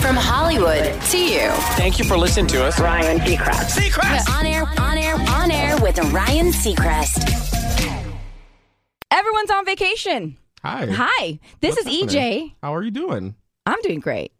From Hollywood to you. Thank you for listening to us. Ryan Seacrest. The On air, on air, on air with Ryan Seacrest. Everyone's on vacation. Hi. E Hi, this What's is EJ. happening? How are you doing? I'm doing great,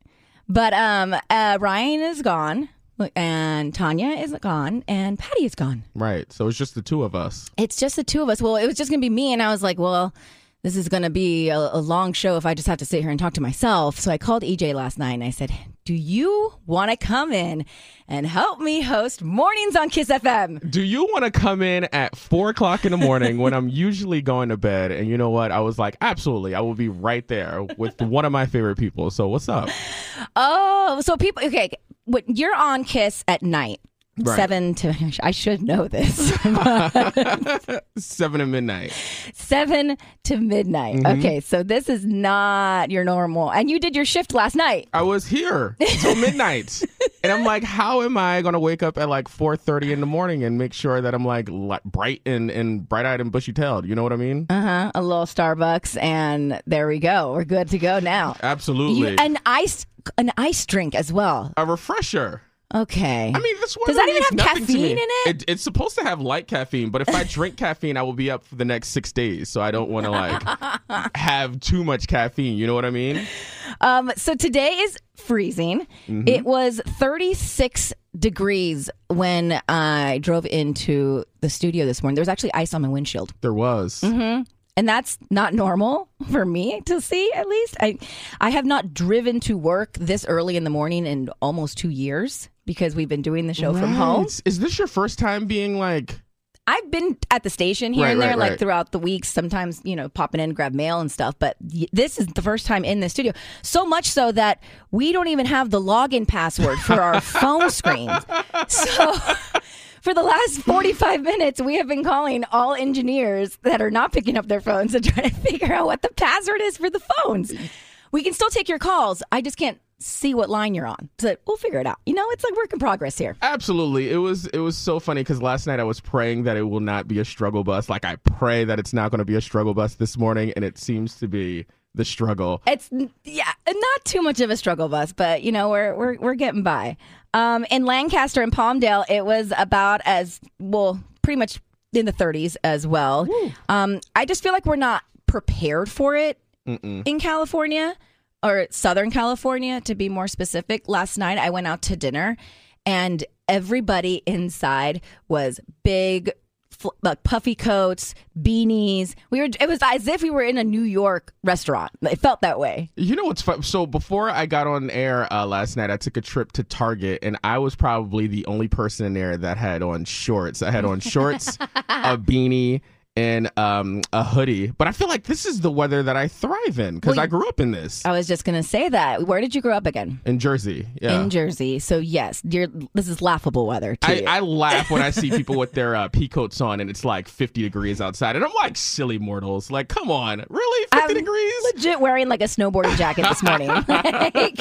but um, uh, Ryan is gone, and Tanya is gone, and Patty is gone. Right. So it's just the two of us. It's just the two of us. Well, it was just gonna be me, and I was like, well, this is gonna be a, a long show if I just have to sit here and talk to myself. So I called EJ last night and I said, "Do you want to come in and help me host mornings on Kiss FM?" Do you want to come in at four o'clock in the morning when I'm usually going to bed? And you know what? I was like, absolutely. I will be right there with one of my favorite people. So what's up? Oh, so people, okay, what, you're on Kiss at night. Right. Seven to I should know this. Seven at midnight. Seven to midnight. Okay, so this is not your normal. And you did your shift last night. I was here till midnight. and I'm like, how am I going to wake up at like 4.30 in the morning and make sure that I'm like li- bright and, and bright-eyed and bushy-tailed? You know what I mean? Uh-huh. A little Starbucks, and there we go. We're good to go now. Absolutely. You, an ice, an ice drink as well. a refresher. Okay. I mean, this one Does that even means have nothing to me. caffeine in it? It's supposed to have light caffeine, but if I drink caffeine, I will be up for the next six days. So I don't want to like have too much caffeine. You know what I mean? Um, so today is freezing. Mm-hmm. It was 36 degrees when I drove into the studio this morning. There was actually ice on my windshield. There was. Mm-hmm. and that's not normal for me to see at least i i have not driven to work this early in the morning in almost two years because we've been doing the show from home Right. Is this your first time being like? i've been at the station here Right, and there right, like right. throughout the weeks sometimes you know popping in grab mail and stuff but y- this is the first time in the studio so much so that we don't even have the login password for our phone screens so For the last 45 minutes, we have been calling all engineers that are not picking up their phones and trying to figure out what the password is for the phones. We can still take your calls. I just can't see what line you're on. So we'll figure it out. You know, it's like work in progress here. Absolutely. It was it was so funny because last night I was praying that it will not be a struggle bus. Like I pray that it's not going to be a struggle bus this morning, and it seems to be the struggle. It's yeah, not too much of a struggle bus, but you know, we're we're we're getting by. Um, in Lancaster and Palmdale, it was about as well, pretty much in the 30s as well. Um, I just feel like we're not prepared for it in California or Southern California, to be more specific. Last night, I went out to dinner, and everybody inside was big. fl- Like puffy coats, beanies. We were. It was as if we were in a New York restaurant. It felt that way. You know what's fun? So before I got on air uh, last night, I took a trip to Target, and I was probably the only person in there that had on shorts. I had on shorts, a beanie, and um, a hoodie. But I feel like this is the weather that I thrive in Well, because Oh. I grew up in this I was just gonna say that. Where did you grow up again? in Jersey. Yeah. In Jersey. So yes, you're, this is laughable weather. To I, you. I laugh when I see people with their uh, pea coats on and it's like 50 degrees outside. And I'm like, silly mortals. Like, come on. Really? 50 I'm degrees? Legit wearing like a snowboarding jacket this morning. like,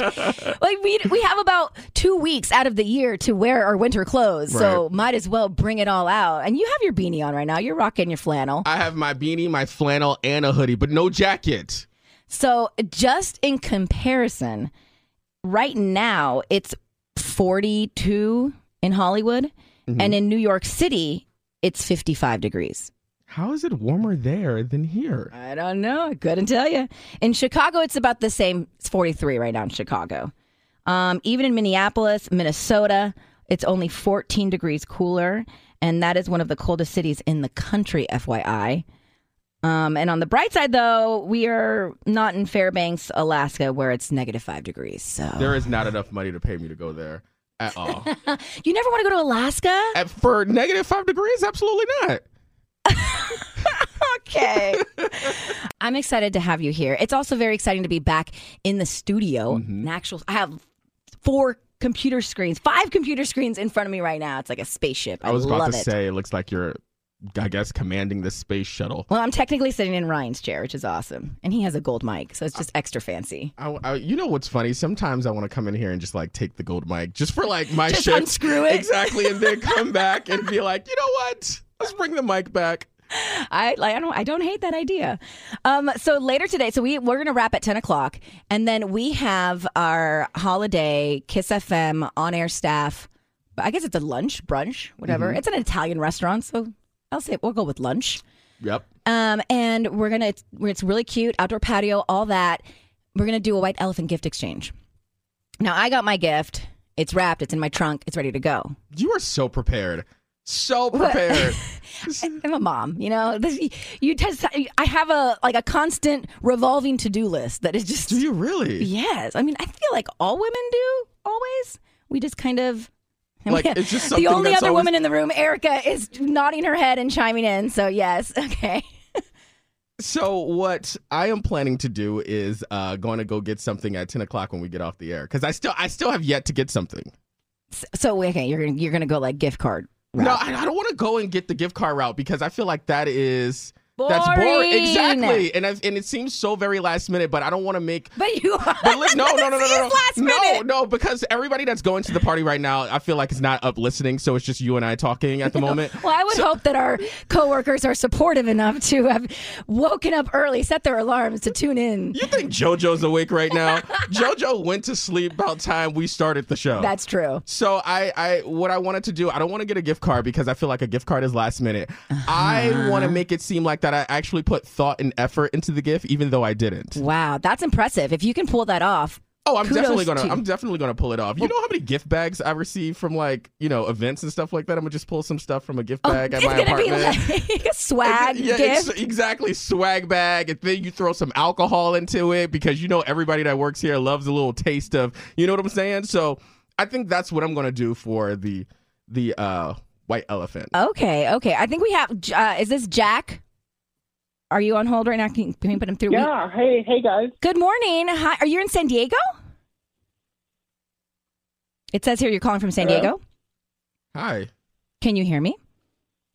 like we we have about two weeks out of the year to wear our winter clothes, so Right. might as well bring it all out. And you have your beanie on right now. You're rocking your flannel. I have my beanie, my flannel, and a hoodie, but no jacket. So just in comparison, right now it's 42 in Hollywood, Mm-hmm. and in New York City it's 55 degrees. How is it warmer there than here? I don't know. I couldn't tell you. In Chicago, it's about the same. It's 43 right now in Chicago. Um, even in Minneapolis, Minnesota, it's only 14 degrees cooler. And that is one of the coldest cities in the country, FYI. Um, and on the bright side, though, we are not in Fairbanks, Alaska, where it's negative five degrees. So There is not enough money to pay me to go there at all. you never want to go to Alaska? at, for negative five degrees, absolutely not. okay. I'm excited to have you here. It's also very exciting to be back in the studio. Mm-hmm. An actual, I have four computer screens, five computer screens in front of me right now. It's like a spaceship. I, I was love about to it. say, it looks like you're, I guess, commanding the space shuttle. well, I'm technically sitting in Ryan's chair, which is awesome, and he has a gold mic, so it's just extra fancy. I, I- you know what's funny? Sometimes I want to come in here and just like take the gold mic just for like my Just shift. unscrew it. exactly, and then come back and be like, you know what? Let's bring the mic back. I like I don't I don't hate that idea. Um, so later today, so we we're gonna wrap at ten o'clock, and then we have our holiday Kiss FM on air staff. I guess it's a lunch brunch, whatever. It's an Italian restaurant, so I'll say we'll go with lunch. Yep. Um, and we're gonna it's- it's really cute outdoor patio, all that. We're gonna do a white elephant gift exchange. Now I got my gift. It's wrapped. It's in my trunk. It's ready to go. You are so prepared. So prepared. I'm a mom, you know. This, you just, I have a like a constant revolving to do list that is just Do you really? yes. I mean, I feel like all women do always. We just kind of Like, it's just the something only that's other always- woman in the room, Erica, is nodding her head and chiming in. So yes, okay. So what I am planning to do is uh, going to go get something at ten o'clock when we get off the air because I still I still have yet to get something. So okay, you're gonna you're gonna go like gift card. No, I, I don't want to go and get the gift card route because I feel like that is that's Boring. boring exactly, and I, and it seems so very last minute. But I don't want to make. But you are. But li- no, no, no, no, This no, is last no, no, minute. no, because everybody that's going to the party right now, I feel like is not up listening, so it's just you and I talking at the moment. Well, I would hope that our coworkers are supportive enough to have woken up early, set their alarms to tune in. You think JoJo's awake right now? JoJo went to sleep about time we started the show. That's true. So I, I, what I wanted to do, I don't want to get a gift card because I feel like a gift card is last minute. Uh-huh. I want to make it seem like that I actually put thought and effort into the gift, even though I didn't. Wow, that's impressive. If you can pull that off, Oh, I'm Kudos definitely gonna, to you. I'm definitely gonna pull it off. You know how many gift bags I receive from like, you know, events and stuff like that. I'm gonna just pull some stuff from a gift bag at Oh, it's my gonna apartment. be like a swag yeah, ex- gift. exactly. Swag bag, and then you throw some alcohol into it because you know everybody that works here loves a little taste of. You know what I'm saying? So I think that's what I'm gonna do for the the uh, white elephant. Okay, okay. I think we have. Uh, is this Jack? Are you on hold right now? Can, can we put him through? Yeah. Hey, hey guys. Good morning. Hi. Are you in San Diego? It says here you're calling from San Hello? Diego. Hi. Can you hear me?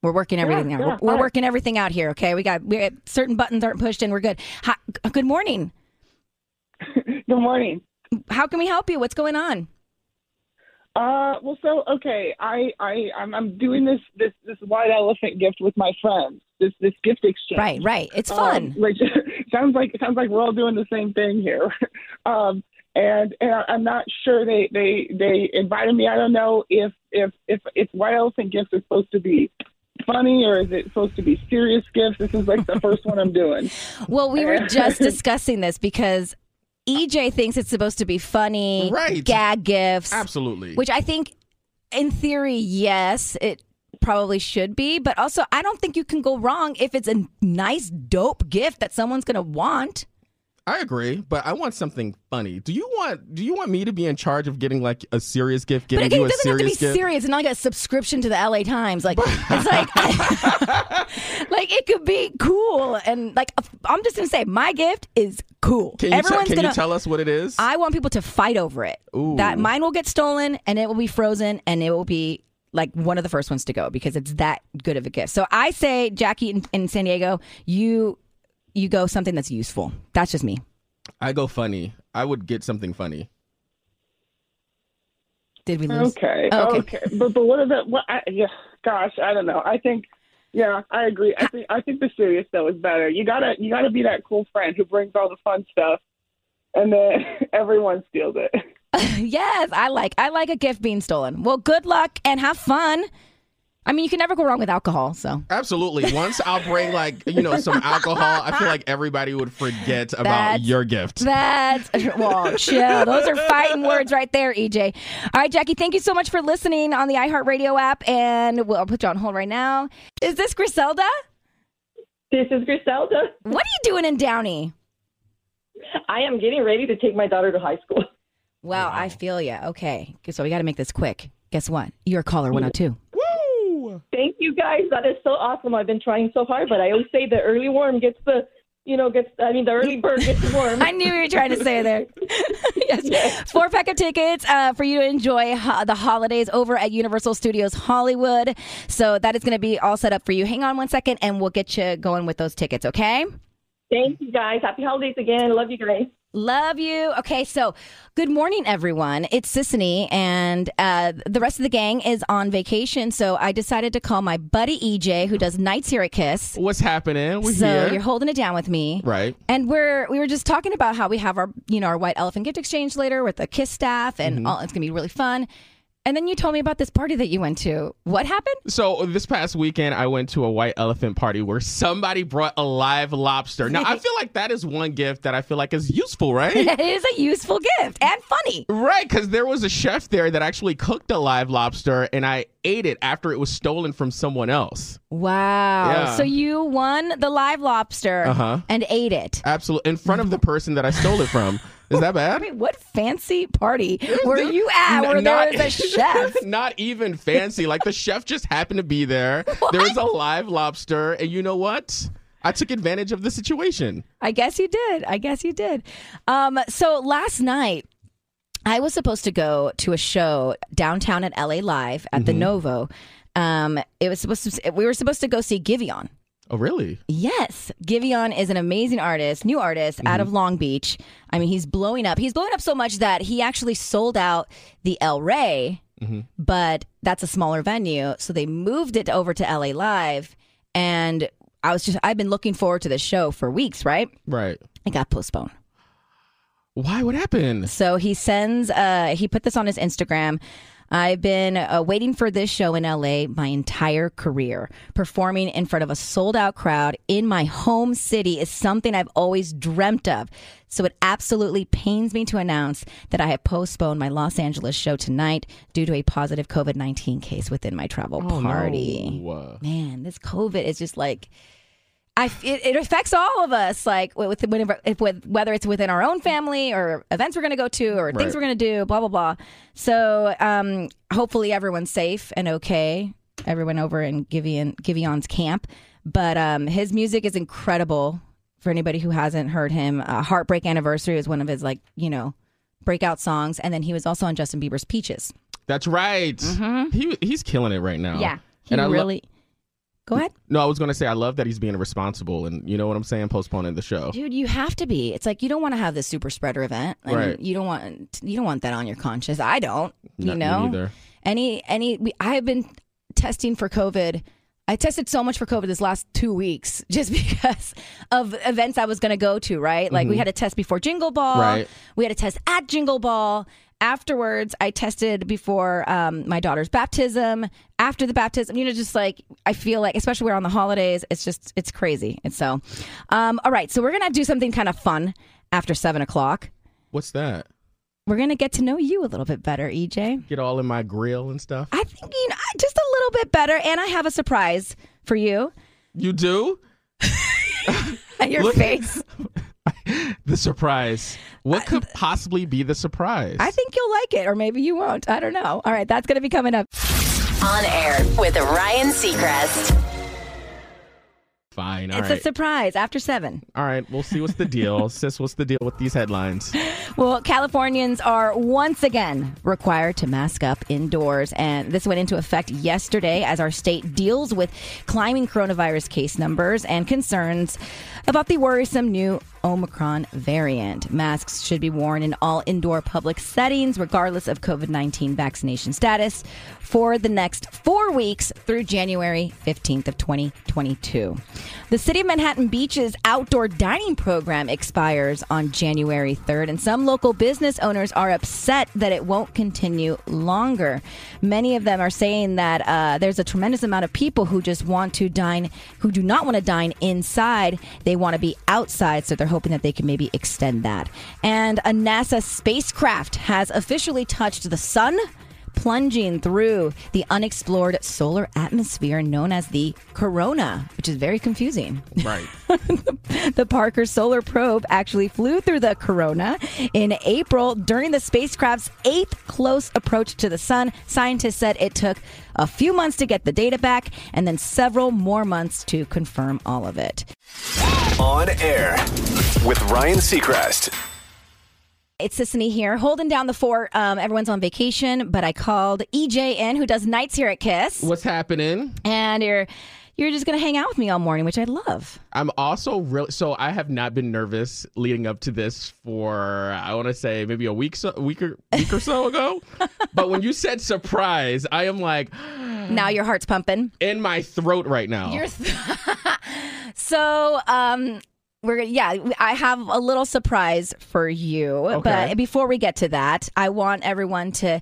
We're working everything out. yeah, we're, we're hi. working everything out here. Okay, we got we uh, certain buttons aren't pushed and we're good. Hi, g- good morning. Good morning. How can we help you? What's going on? Uh, well, so okay, I I I'm, I'm doing this this this white elephant gift with my friends. This this gift exchange. Right, right. It's Um, fun. which sounds like sounds like we're all doing the same thing here. um, and and I- I'm not sure they they they invited me. I don't know if if if if white elephant gifts is supposed to be funny or is it supposed to be serious gifts. This is like the first one I'm doing. Well, we were just discussing this because EJ thinks it's supposed to be funny, Right. gag gifts, Absolutely. which I think, in theory, yes, it probably should be. But also, I don't think you can go wrong if it's a nice, dope gift that someone's going to want. I agree, but I want something funny. Do you want do you want me to be in charge of getting like a serious gift, But giving again, you it a doesn't have to be serious gift? serious. It's not like a subscription to the LA Times. Like it's like, like it could be cool. And like, I'm just gonna say, my gift is cool. Can you, te- Everyone's can gonna you tell us what it is? I want people to fight over it. Ooh. That mine will get stolen and it will be frozen and it will be like one of the first ones to go because it's that good of a gift. So I say, Jackie in, in San Diego, you you go something that's useful. That's just me. I go funny. I would get something funny. Did we lose? Okay. Okay. Oh, Okay. But but what about what? I, yeah. Gosh, I don't know. I think. Yeah, I agree. I think I think the serious though is better. You gotta you gotta be that cool friend who brings all the fun stuff, and then everyone steals it. yes, I like I like a gift being stolen. Well, good luck and have fun. I mean, you can never go wrong with alcohol. So Absolutely. Once I'll bring like you know some alcohol, I feel like everybody would forget about That's- your gift. that's well, chill. Those are fighting words right there, EJ. All right, Jackie, thank you so much for listening on the iHeartRadio app, and we'll I'll put you on hold right now. Is this Griselda? This is Griselda. What are you doing in Downey? I am getting ready to take my daughter to high school. Wow, I feel you. Okay, so we got to make this quick. Guess what? You're caller 102. Thank you guys. That is so awesome. I've been trying so hard, but I always say the early worm gets the, you know, gets. I mean, the early bird gets the worm. I knew you were trying to say there. yes. Four pack of tickets uh, for you to enjoy ho- the holidays over at Universal Studios Hollywood. So that is going to be all set up for you. Hang on one second and we'll get you going with those tickets, okay? Thank you guys. Happy holidays again. Love you guys. Love you. Okay, so good morning, everyone. It's Sissany, and uh, the rest of the gang is on vacation. So I decided to call my buddy EJ, who does nights here at Kiss. What's happening? We're so here. you're holding it down with me, Right. And we're we were just talking about how we have our you know our white elephant gift exchange later with the Kiss staff, Mm-hmm. and all, it's gonna be really fun. And then you told me about this party that you went to. What happened? So this past weekend, I went to a white elephant party where somebody brought a live lobster. Now I feel like that is one gift that I feel like is useful, right? It is a useful gift and funny. right, because there was a chef there that actually cooked a live lobster, and I ate it after it was stolen from someone else. Wow. Yeah. So you won the live lobster Uh-huh. and ate it. Absolutely, in front of the person that I stole it from. Is that bad? Wait, what fancy party were you at where there was a chef? not even fancy. Like the chef just happened to be there. There was a live lobster, and you know what? I took advantage of the situation. I guess you did. I guess you did. Um, so last night, I was supposed to go to a show downtown at LA Live at the Novo. Um, it was supposed to, we were supposed to go see Giveon. Oh, really? Yes, Giveon is an amazing artist, new artist out of Long Beach. I mean, he's blowing up. He's blowing up so much that he actually sold out the El Rey, but that's a smaller venue, so they moved it over to LA Live. And I was just—I've been looking forward to this show for weeks, right? Right. It got postponed. Why? What happened? So he sends, uh, he put this on his Instagram. I've been uh, waiting for this show in LA my entire career. Performing in front of a sold out crowd in my home city is something I've always dreamt of. So it absolutely pains me to announce that I have postponed my Los Angeles show tonight due to a positive COVID 19 case within my travel Oh, party no. man, this COVID is just like. I, it, it affects all of us, like with, whenever, if, with whether it's within our own family or events we're going to go to or things Right. we're going to do, blah blah blah. So, um, hopefully everyone's safe and okay. Everyone over in Giveon Giveon's camp, but um, his music is incredible. For anybody who hasn't heard him, uh, "Heartbreak Anniversary" is one of his like you know breakout songs, and then he was also on Justin Bieber's "Peaches." That's right. He he's killing it right now. Mm-hmm. Yeah, he Mm-hmm. And I lo- really. go ahead. No, I was gonna say I love that he's being responsible, and you know what I'm saying, postponing the show. Dude, you have to be. It's like you don't want to have this super spreader event. I mean, Right. you don't want you don't want that on your conscience. I don't. Not you me know. neither. Any any we, I have been testing for COVID. I tested so much for COVID this last two weeks just because of events I was going to go to. Right, like we had to test before Jingle Ball. Right. We had to test at Jingle Ball. Afterwards, I tested before um, my daughter's baptism. After the baptism, you know, just like I feel like, especially we're on the holidays, it's just it's crazy. And so, um, all right, so we're gonna do something kind of fun after seven o'clock. What's that? We're gonna get to know you a little bit better, E EJ. Get all in my grill and stuff. I think you know just a little bit better, and I have a surprise for you. You do Your Look- face. the surprise. What could possibly be the surprise? I think you'll like it, or maybe you won't. I don't know. All right, that's gonna be coming up. On air with Ryan Seacrest. fine. All it's right. a surprise after seven. all right. We'll see what's the deal, sis. What's the deal with these headlines? Well, Californians are once again required to mask up indoors, and this went into effect yesterday as our state deals with climbing coronavirus case numbers and concerns about the worrisome new Omicron variant. Masks should be worn in all indoor public settings, regardless of COVID 19 vaccination status, for the next four weeks through January 15th of 2022. The City of Manhattan Beach's outdoor dining program expires on January 3rd, and some local business owners are upset that it won't continue longer. Many of them are saying that uh, there's a tremendous amount of people who just want to dine, who do not want to dine inside. They want to be outside, so they're hoping that they can maybe extend that. And a NASA spacecraft has officially touched the sun plunging through the unexplored solar atmosphere known as the corona, which is very confusing. Right. The Parker Solar Probe actually flew through the corona in April during the spacecraft's eighth close approach to the sun. Scientists said it took a few months to get the data back and then several more months to confirm all of it. On air with Ryan Seacrest. It's Sissany here, holding down the fort. Um, everyone's on E vacation, but I called EJ in, who does nights here at KISS. What's happening? and you're you're just gonna hang out with me all morning, which I love. I'm also really so I have not been nervous leading up to this for I want to say maybe a week so week or week or so ago. but when you said surprise, I am like Now your heart's pumping. in my throat right now. Your th- so um we're gonna yeah i have a little surprise for you Okay. but before we get to that i want everyone to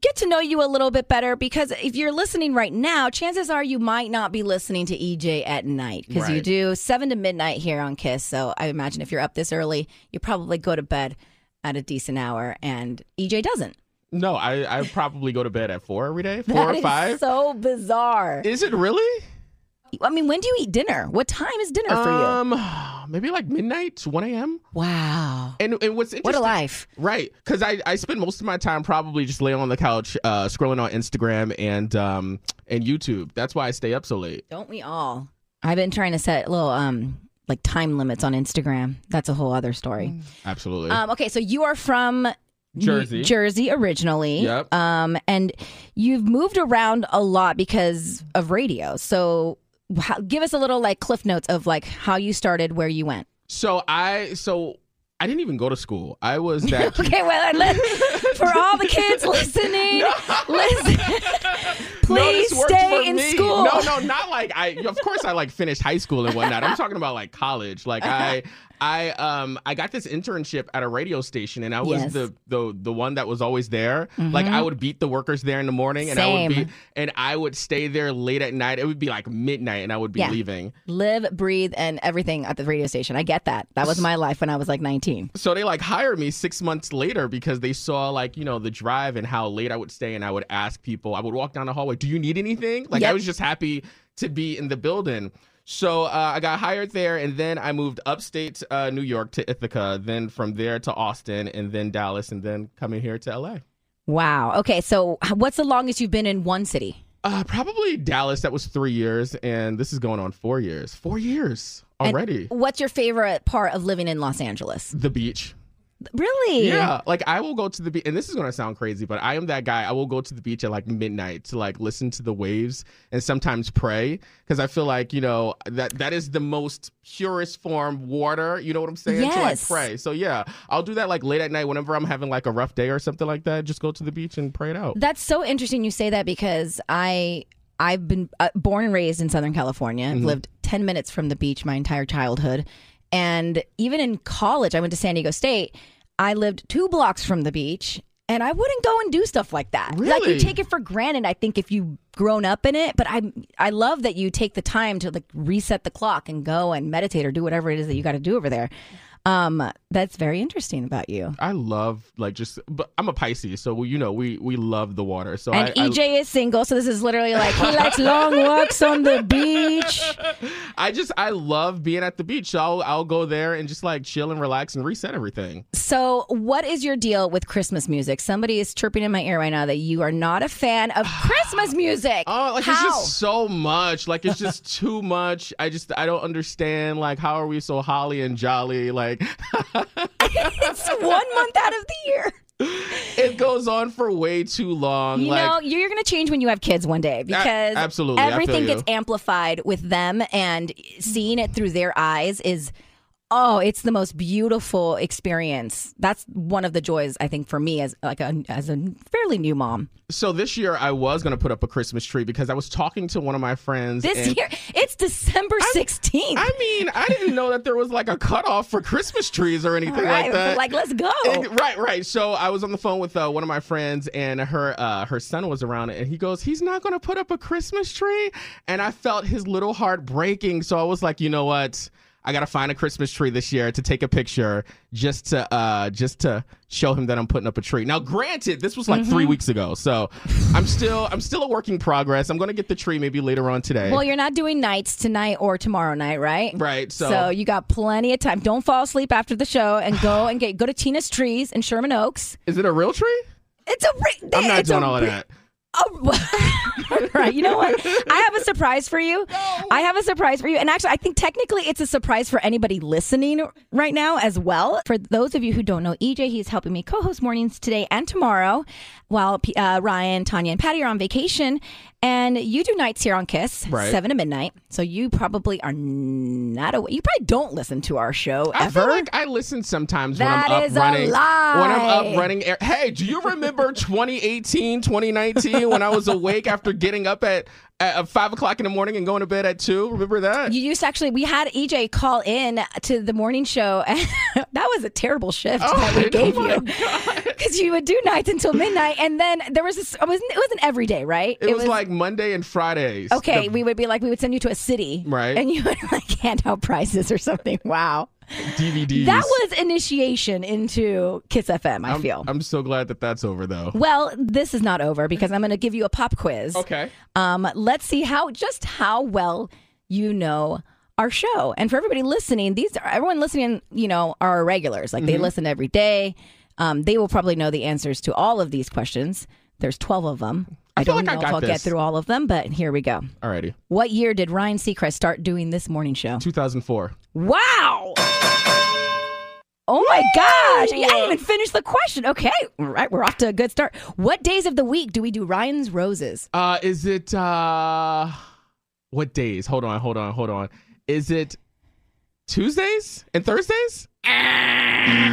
get to know you a little bit better because if you're listening right now chances are you might not be listening to ej at night because you Right. do 7 to midnight here on kiss so i imagine if you're up this early you probably go to bed at a decent hour and ej doesn't no, I I probably go to bed at 4 every day, 4 That or is 5. Is, so bizarre it really? i mean when do you eat dinner what time is dinner for you um maybe like midnight, 1 a.m. wow And and what's interesting what a life Right, because I, I spend most of my time probably just laying on the couch, uh, scrolling on Instagram and um and YouTube. That's why I stay up so late. Don't we all? I've been trying to set little um like time limits on Instagram. That's a whole other story. Absolutely. Um, okay, so you are from New- Jersey. Jersey originally. Yep. Um, and you've moved around a lot because of radio. So how, give us a little like cliff notes of like how you started, where you went. so I so I didn't even go to school. I was that kid- Okay, well, I li- for all the kids listening, listen, No, this please works for stay in me. school. No, no, not like I. Of course, I like finished high school and whatnot. I'm talking about like college. Like I, I, um, I got this internship at a radio station, and I was Yes. Mm-hmm. the the the one that was always there. Like I would beat the workers there in the morning, and I Same. would be, and I would stay there late at night. It would be like midnight, and I would be Yeah. leaving. Live, breathe, and everything at the radio station. I get that. That was my life when I was like 19. so they like hired me six months later because they saw like you know the drive and how late I would stay, and I would ask people. I would walk down the hallway. Do you need anything? Like I Yep. was just happy to be in the building. So uh, I got hired there, and then I moved upstate uh, New York to Ithaca, then from there to Austin, and then Dallas, and then coming here to LA. Wow. Okay. So, h- what's the longest you've been in one city? Uh, probably Dallas. That was three years, and this is going on four years. Four years And already. What's your favorite part of living in Los Angeles? the beach. Really? Yeah, like I will go to the beach, and this is gonna sound crazy, but I am that guy. I will go to the beach at like midnight to like listen to the waves and sometimes pray because I feel like you know that that is the most purest form water. You know what I'm saying? To like Yes. pray. So yeah, I'll do that like late at night whenever I'm having like a rough day or something like that. Just go to the beach and pray it out. That's so interesting you say that because I I've been uh, born and raised in Southern California. I've lived 10 minutes from the beach my entire childhood. And even in college, I went to San Diego State. I lived 2 blocks from the beach and I wouldn't go and do stuff like that. Like you Really? take it for granted I think if you've grown up in it, but I I love that you take the time to like reset the clock and go and meditate or do whatever it is that you got to do over there. Um that's very interesting about you. I love like just, but I'm a Pisces, so you know we we love the water. So And E I, I- EJ is single, so this is literally like he likes long walks on the beach. I just I love being at the beach. So I'll I'll go there and just like chill and relax and reset everything. So, what is your deal with Christmas music? Somebody is chirping in my ear right now that you are not a fan of Christmas music. Oh, like how? it's just so much. Like it's just too much. I just I don't understand. Like how are we so holly and jolly? Like It's one month out of the year. it goes on for way too long. You like know, you're going to change when you have kids one day because absolutely, I feel everything you. gets amplified with them, and seeing it through their eyes is. Oh, it's the most beautiful experience. That's one of the joys I think for me as like a as a fairly new mom. so this year I was gonna put up a Christmas tree because I was talking to one of my friends. This and- year, it's December 16th. I mean, I didn't know that there was like a cutoff for Christmas trees or anything like right? that. Like, let's go. And- right, right. So I was on the phone with uh, one of my friends, and her uh, her son was around, and he goes, "He's not going to put up a Christmas tree," and I felt his little heart breaking. So I was like, you know what? I gotta find a Christmas tree this year to take a picture, just to uh, just to show him that I'm putting up a tree. Now, granted, this was like three Mm-hmm. weeks ago, so I'm still I'm still a work in progress. I'm gonna get the tree maybe later on today. Well, you're not doing nights tonight or tomorrow night, right? Right, so- you got plenty of time. Don't fall asleep after the show and go and get go to Tina's Trees in Sherman Oaks. Is it a real tree? It's a re- I'm not it's doing a all of re- that. Oh, right. You know what? I have a surprise for you. I have a surprise for you. And actually, I think technically it's a surprise for anybody listening right now as well. For those of you who don't know EJ, he's helping me co host mornings today and tomorrow while P- uh, Ryan, Tanya, and Patty are on vacation. And you do nights here on Kiss, Right. 7 to midnight. So you probably are not aware. You probably don't listen to our show I ever. feel like I listen sometimes when That I'm up is a running. When I'm lie. up running. air- Hey, do you remember 2018, 2019 when I was awake after getting up at, at uh, five o'clock in the morning and going to bed at two? Remember that? You used to actually, we had EJ call in to the morning show. And that was a terrible shift Oh, that we gave you. Because you would do nights until midnight. And then there was this, it wasn't, it wasn't every day, right? it, was, like Monday and Fridays. okay, The- we would be like, we would send you to a city. Right. And you would like hand out prizes or something. Wow. DVDs. That was initiation into Kiss FM, I I'm, feel. I'm so glad that that's over though. well, this is not over because I'm going to give you a pop quiz. Okay. Um, let's see how just how well you know our show. And for everybody listening, these are everyone listening, you know, are regulars. Like they Mm-hmm. listen every day. Um, they will probably know the answers to all of these questions. There's 12 of them. I, feel don't like I know got if I'll get this. through all of them, but here we go. Alrighty. What year did Ryan Seacrest start doing this morning show? 2004. Wow. Oh my gosh. I didn't even finish the question. Okay. All right. We're off to a good start. What days of the week do we do Ryan's Roses? Uh, is it uh, what days? Hold on, hold on, hold on. Is it Tuesdays and Thursdays? what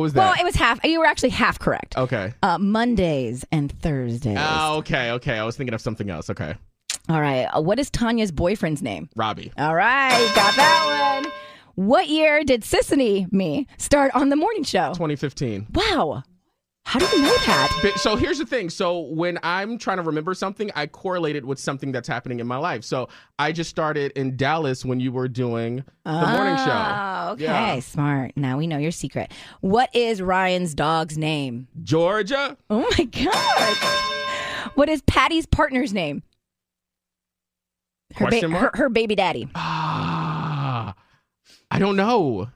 was Ah. Well, that? it was half. You were actually half correct. okay. Uh, Mondays and Thursdays. Oh, okay, okay. I was thinking of something else. Okay, All right. Uh, what is Tanya's boyfriend's name? Robbie. All right. Got that one. What year did Sissany, me, start on the morning show? 2015. Wow. How do you know that? But, so here's the thing. So when I'm trying to remember something, I correlate it with something that's happening in my life. So I just started in Dallas when you were doing the morning Oh, show. okay. Yeah. Smart. Now we know your secret. What is Ryan's dog's name? Georgia. Oh my God. What is Patty's partner's name? Her, ba- Question her, mark? her baby daddy. Ah, I don't know.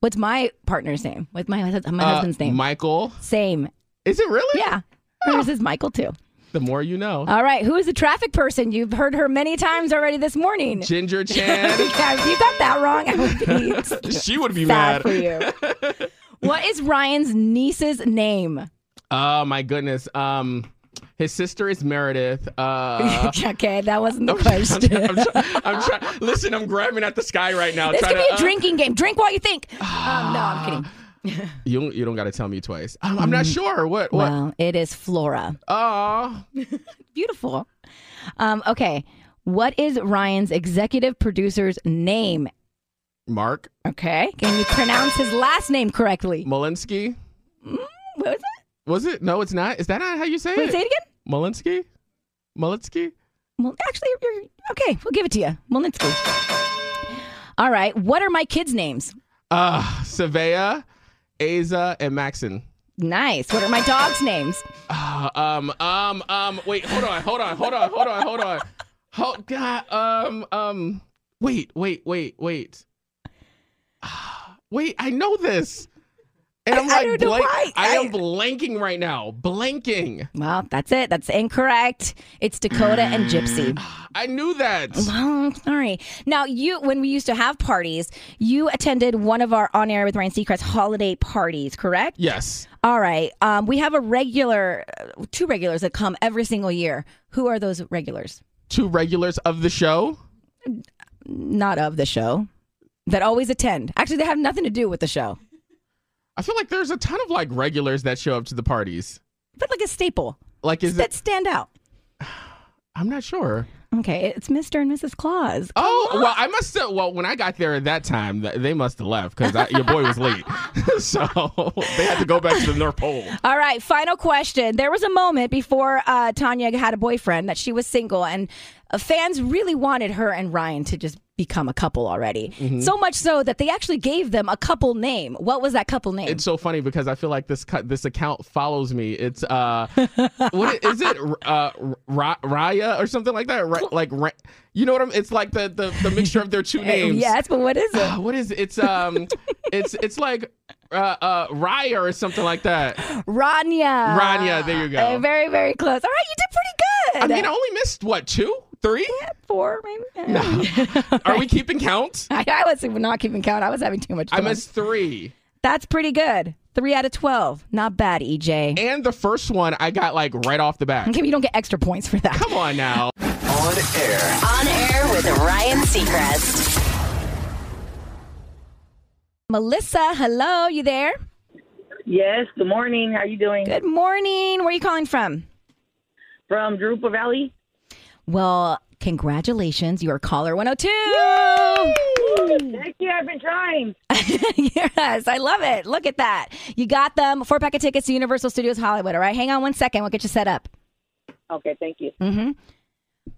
What's my partner's name? What's my, hus- my Uh, husband's name? Michael. Same. Is it really? Yeah. Uh, Hers is Michael, too. The more you know. All right. Who is the traffic person? You've heard her many times already this morning. Ginger yeah, Chan. if you got that wrong, I would be she would be sad mad. for you. What is Ryan's niece's name? Oh my goodness. Um, his sister is Meredith. Uh. okay, that wasn't the I'm question. try- I'm try- I'm try- Listen, I'm grabbing at the sky right now. this trying could be to, a uh, drinking game. Drink while you think. um, no, I'm kidding. You don't- you don't got to tell me twice. I'm, I'm Mm. not sure. What what? Well, it is Flora. Oh, Beautiful. Um, okay. What is Ryan's executive producer's name? Mark Okay. Can you pronounce his last name correctly? Malinsky. What was it? Was it? No, it's not. Is that not how you say Wait, it? say it again. Malinsky. Malinsky. Well, actually, you're okay. We'll give it to you. Molinsky. All right. What are my kids' names? Uh, Savea, Aza, and Maxon. Nice. What are my dogs' names? Uh, um, um, um, wait, hold on, hold on, hold on, hold on, hold on. Hold, God, um, um, wait, wait, wait, wait. Ah, Wait, I know this. And I'm I like, don't know blank- why. I I- am blanking right now. Blanking. Well, that's it. That's incorrect. It's Dakota and Gypsy. I knew that. Oh, sorry. Now, you when we used to have parties, you attended one of our on air with Ryan Seacrest holiday parties, correct? Yes. All right. Um, we have a regular, uh, two regulars that come every single year. Who are those regulars? Two regulars of the show. Not of the show, that always attend. Actually, they have nothing to do with the show, I feel like there's a ton of like regulars that show up to the parties. but like a staple Like, is that it? stand out. I'm not sure. Okay, it's Mr. and Mrs. Claus. Oh well, I must have. Well, when I got there at that time, th- they must have left because your boy was late, so they had to go back to the North Pole. All right, final question. There was a moment before uh, Tanya had a boyfriend that she was single, and uh, fans really wanted her and Ryan to just become a couple already. Mm-hmm. So much so that they actually gave them a couple name. What was that couple name? It's so funny because I feel like this cu- this account follows me. It's uh, what i- is it? Uh, Ra- Raya or something like that. Ra- like Ra- you know what I'm? It's like the the, the mixture of their two names. yes, but what is it? Ah, What is it? it's um, it's it's like uh, uh Raya or something like that. Rania. Rania, there you go. Um, Uh, very, very close. All right, you did pretty good. I mean, I only missed what two, three? four maybe. Are we keeping count? I, I was not keeping count. I was having too much I fun. missed three. That's pretty good. Three out of twelve. Not bad, E EJ. And the first one I got like right off the bat. Okay, but you don't get extra points for that. Come on now. On air On air with Ryan Seacrest. Melissa, hello, you there? Yes, good morning. How you doing? Good morning. Where are you calling from? From Drupa Valley? Well, congratulations. You are caller 102. Thank you. I've been trying. yes, I love it. Look at that. You got them. Four pack of tickets to Universal Studios Hollywood. All right, hang on one second. We'll get you set up. Okay, thank you.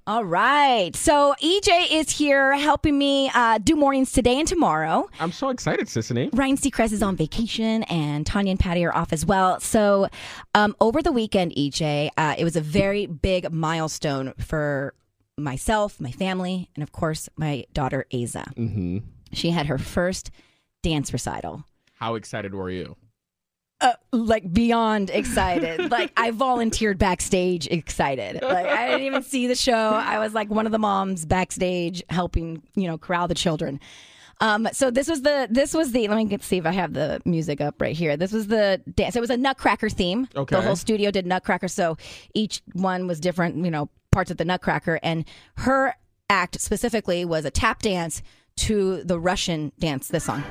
All right. So EJ is here helping me uh, do mornings today and tomorrow. I'm so excited, Sissany. Ryan Seacrest is on vacation, and Tanya and Patty are off as well. So, um, over the weekend, EJ, uh, it was a very big milestone for myself, my family, and of course, my daughter Asa. Mm-hmm. She had her first dance recital. How excited were you? Uh, like beyond excited. like I volunteered backstage, excited. Like I didn't even see the show. I was like one of the moms backstage helping, you know, corral the children. Um, so this was the this was the let me get, see if I have the music up right here. This was the dance. It was a Nutcracker theme. Okay. The whole studio did Nutcracker, so each one was different. You know, parts of the Nutcracker, and her act specifically was a tap dance to the Russian dance. This song,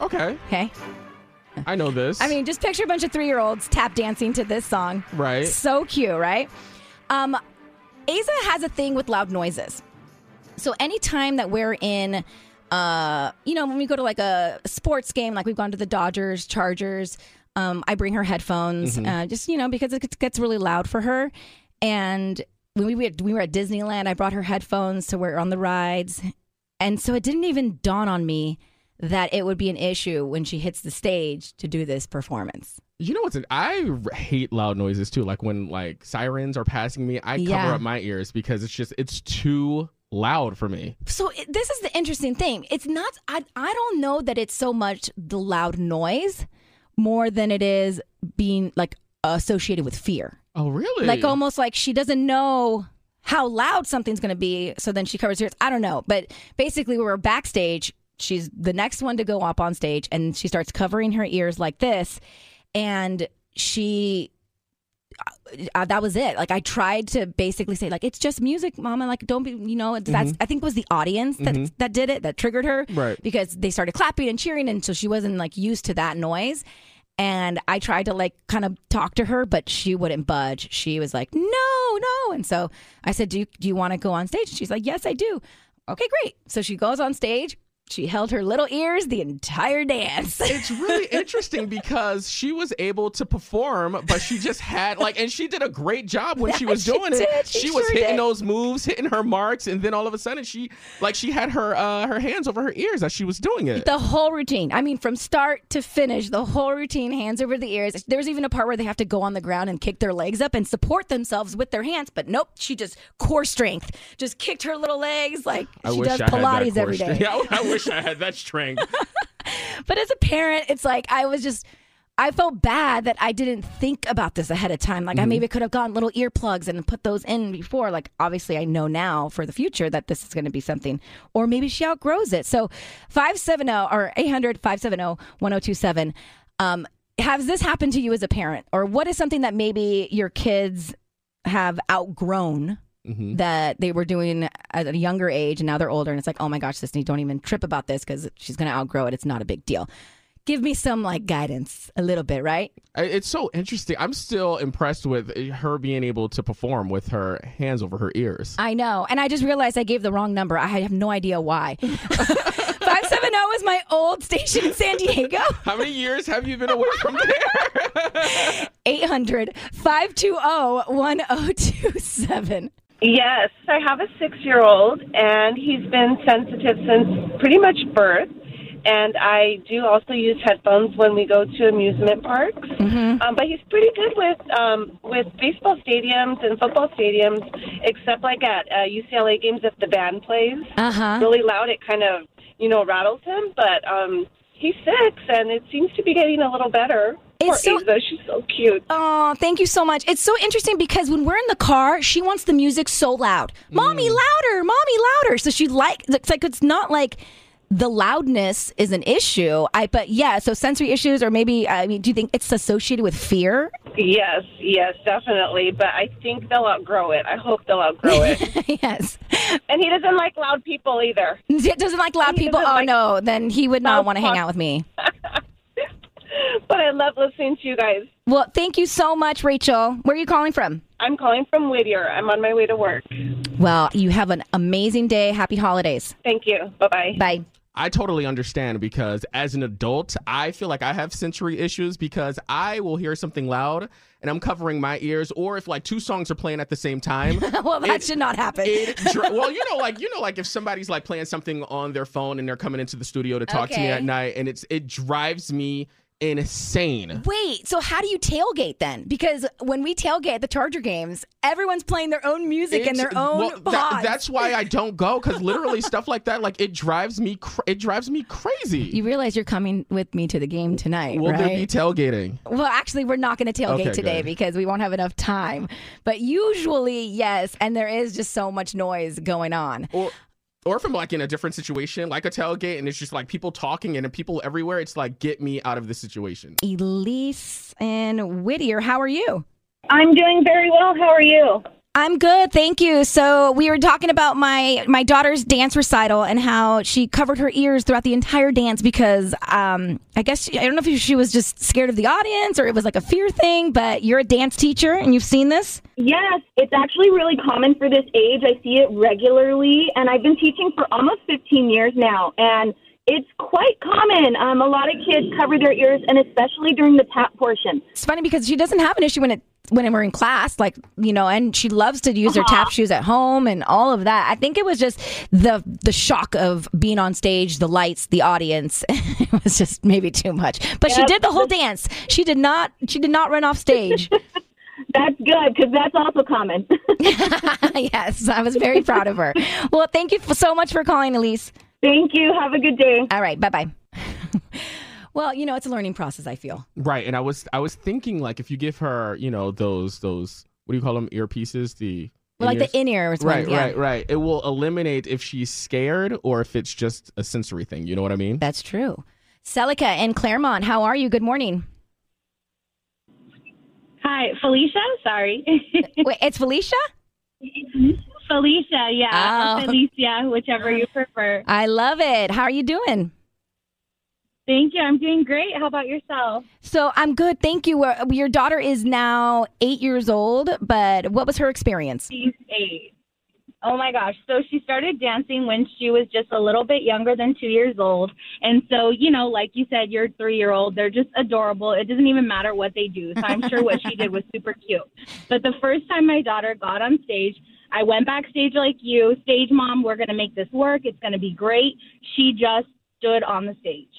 Okay, okay? I know this. I mean, just picture a bunch of three year olds tap dancing to this song. Right. So cute, right? Um, Asa has a thing with loud noises. So anytime that we're in, uh, you know, when we go to like a sports game, like we've gone to the Dodgers, Chargers, um, I bring her headphones, uh, just you know, because it gets- gets really loud for her. And when we, we, had, we were at Disneyland, I brought her headphones, so we're on the rides, and so it didn't even dawn on me that it would be an issue when she hits the stage to do this performance. you know what's? I r- hate loud noises too. Like when like sirens are passing me, I cover Yeah. up my ears because it's just it's too loud for me. So it, this is the interesting thing. It's not I I don't know that it's so much the loud noise more than it is being like associated with fear. Oh really? Like almost like she doesn't know how loud something's going to be, so then she covers her ears. I don't know, but basically we were backstage. She's the next one to go up on stage, and she starts covering her ears like this, and she. Uh, that was it. Like I tried to basically say, like it's just music, Mama. Like don't be, you know. That's I think it was the audience that that did it that triggered her, Mm-hmm. Right. Because they started clapping and cheering, and so she wasn't like used to that noise. And I tried to like kind of talk to her, but she wouldn't budge. She was like, no, no. And so I said, do you, do you want to go on stage? And she's like, yes, I do. Okay, great. So she goes on stage. She held her little ears the entire dance. it's really interesting because she was able to perform, but she just had like, and she did a great job when she was She doing it. did. She, She was sure hitting did. those moves, hitting her marks, and then all of a sudden she, like, she had her uh, her hands over her ears as she was doing it. The whole routine. I mean, from start to finish, the whole routine, hands over the ears. There's even a part where they have to go on the ground and kick their legs up and support themselves with their hands. But nope, she just core strength, just kicked her little legs like I she wish does I had that Pilates every day. course- Yeah, I wish I had that strength. But as a parent, it's like I was just. I felt bad that I didn't think about this ahead of time. Like I maybe could have gotten little earplugs and put those in before. Like obviously I know now for the future that this is going to be something or maybe she outgrows it. So 570 or 800-570-1027 um has this happened to you as a parent or what is something that maybe your kids have outgrown that they were doing at a younger age and now they're older and it's like, oh my gosh, Sisney, don't even trip about this because she's going to outgrow it. It's not a big deal. Give me some like guidance a little bit, right? I- It's so interesting. I'm still impressed with eh, her being able to perform with her hands over her ears. I know. And I just realized I gave the wrong number. I have no idea why. 570 is my old station in San Diego. How many years have you been away from there? 800 520 1027. Yes, I have a six year old, and he's been sensitive since pretty much birth. And I do also use headphones when we go to amusement parks. Mm-hmm. Um, but he's pretty good with um, with baseball stadiums and football stadiums, except like at uh, UCLA games if the band plays Uh-huh. really loud, it kind of you know rattles him. But um, he's six, and it seems to be getting a little better. It's Poor so- Ava, she's so cute. Oh, thank you so much. It's so interesting because when we're in the car, she wants the music so loud. Mommy, Mm. louder, mommy, louder. So she like it's like it's not like the loudness is an issue. I but yeah, so sensory issues or maybe I mean, do you think it's associated with fear? Yes, yes, definitely. But I think they'll outgrow it. I hope they'll outgrow it. yes. and he doesn't like loud people either. It doesn't like loud He people. doesn't Oh no, like- then he would not Sounds want to hang fun. out with me. But I love listening to you guys. Well, thank you so much, Rachel. Where are you calling from? I'm calling from Whittier. I'm on my way to work. Well, you have an amazing day. Happy holidays. Thank you. Bye bye. Bye. I totally understand because as an adult, I feel like I have sensory issues because I will hear something loud and I'm covering my ears, or if like two songs are playing at the same time. Well, that It- should not happen. It dr- well, you know, like you know, like if somebody's like playing something on their phone and they're coming into the studio to talk to me Okay. at night, and it's it drives me insane. Wait, so how do you tailgate then? Because when we tailgate at the Charger games, everyone's playing their own music and It's- their own well, pods. that, that's why I don't go because literally stuff like that, like it drives me, cra- it drives me crazy. you realize you're coming with me to the game tonight, Will there be right? tailgating? well, actually, we're not going to tailgate Okay, today good. because we won't have enough time. But usually, yes, and there is just so much noise going on. or or if I'm like in a different situation, like a tailgate, and it's just like people talking and people everywhere, it's like get me out of this situation. Elise and Whittier, how are you? I'm doing very well. How are you? I'm good, thank you. So we were talking about my my daughter's dance recital and how she covered her ears throughout the entire dance because um, I guess she, I don't know if she was just scared of the audience or it was like a fear thing. But you're a dance teacher and you've seen this. Yes, it's actually really common for this age. I see it regularly, and I've been teaching for almost 15 years now, and it's quite common. Um, a lot of kids cover their ears, and especially during the tap portion. It's funny because she doesn't have an issue when it when we're in class, like you know, and she loves to use her Uh-huh. tap shoes at home and all of that. I think it was just the the shock of being on stage, the lights, the audience. it was just maybe too much. But she did the whole dance. She did not. She did not run off stage. That's good because that's also common. yes, I was very proud of her. Well, thank you f- so much for calling, Elise. Thank you. Have a good day. All right, bye bye. well, you know, it's a learning process, I feel. Right. And I was I was thinking like if you give her, you know, those those what do you call them earpieces, the Well, like the in-ears? in ears. Right, right, right. It will eliminate if she's scared or if it's just a sensory thing. You know what I mean? That's true. Celica and Claremont, how are you? Good morning. Hi, Felicia. Sorry, Wait, it's Felicia? Felicia. Yeah, Oh. or Felicia, whichever you prefer. I love it. How are you doing? Thank you. I'm doing great. How about yourself? So I'm good. Thank you. Uh, Your daughter is now eight years old, but what was her experience? She's eight. Oh my gosh. So she started dancing when she was just a little bit younger than two years old. And so, you know, like you said, your three year old, they're just adorable. It doesn't even matter what they do. So I'm sure what she did was super cute. But the first time my daughter got on stage, I went backstage like you, stage mom, we're going to make this work. It's going to be great. She just stood on the stage.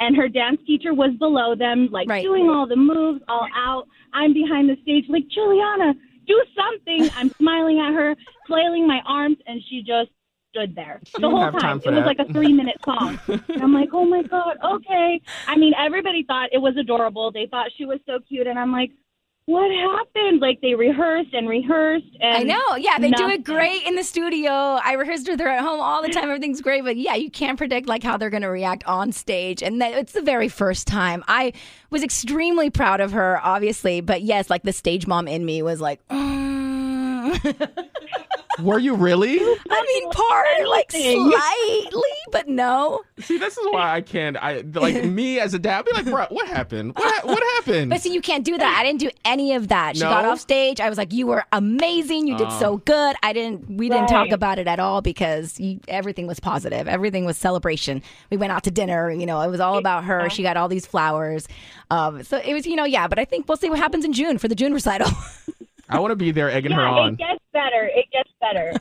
And her dance teacher was below them, like Right. doing all the moves, all out. I'm behind the stage, like, Juliana, do something. I'm smiling at her, flailing my arms, and she just stood there the didn't whole have time. time for it was that. like a three minute song. and I'm like, oh my God, okay. I mean, everybody thought it was adorable. They thought she was so cute. And I'm like, what happened? Like, they rehearsed and rehearsed. And I know. Yeah, they do nothing. it great in the studio. I rehearsed with her at home all the time. Everything's great, but yeah, you can't predict like how they're going to react on stage, and that, it's the very first time. I was extremely proud of her, obviously, but yes, like the stage mom in me was like. "Mm." Were you really? I mean, part like slightly, but no. See, this is why I can't. I like me as a dad. I'd be like, bro, what happened? What, what happened? But see, you can't do that. I didn't do any of that. She No? got off stage. I was like, "You were amazing. You did so good." I didn't. We didn't talk about it at all because you, everything was positive. Everything was celebration. We went out to dinner. You know, it was all about her. She got all these flowers. Um, so it was, you know, yeah. But I think we'll see what happens in June for the June recital. I want to be there egging her Yeah, on. it gets better. It gets better.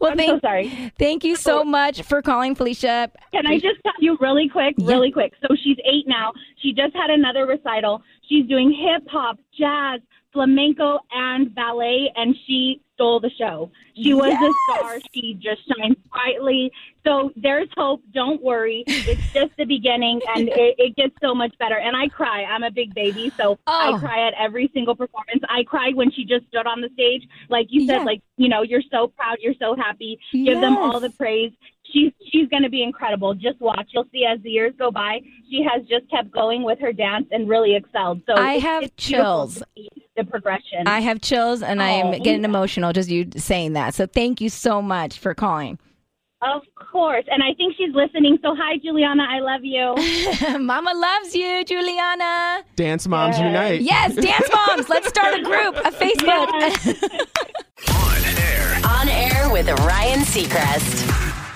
Well, thank, sorry. Thank you so much for calling, Felicia. Can I just tell you really quick, really quick? So she's eight now. She just had another recital. She's doing hip hop, jazz, flamenco, and ballet, and she stole the show. She was Yes! a star. She just shines brightly. So there's hope. Don't worry. It's just the beginning, and it, it gets so much better. And I cry. I'm a big baby, so Oh. I cry at every single performance. I cried when she just stood on the stage, like you said, Yeah. like you know, you're so proud, you're so happy. Give them Yes. all the praise. She's she's going to be incredible. Just watch. You'll see as the years go by, she has just kept going with her dance and really excelled. So I it's- have it's beautiful chills. to see the progression. I have chills and I am Oh. getting emotional just you saying that. So thank you so much for calling. Of course, and I think she's listening. So hi, Juliana. I love you. Mama loves you, Juliana. Dance moms unite. Yes, dance moms. Let's start a group, a Facebook. On air with Ryan Seacrest.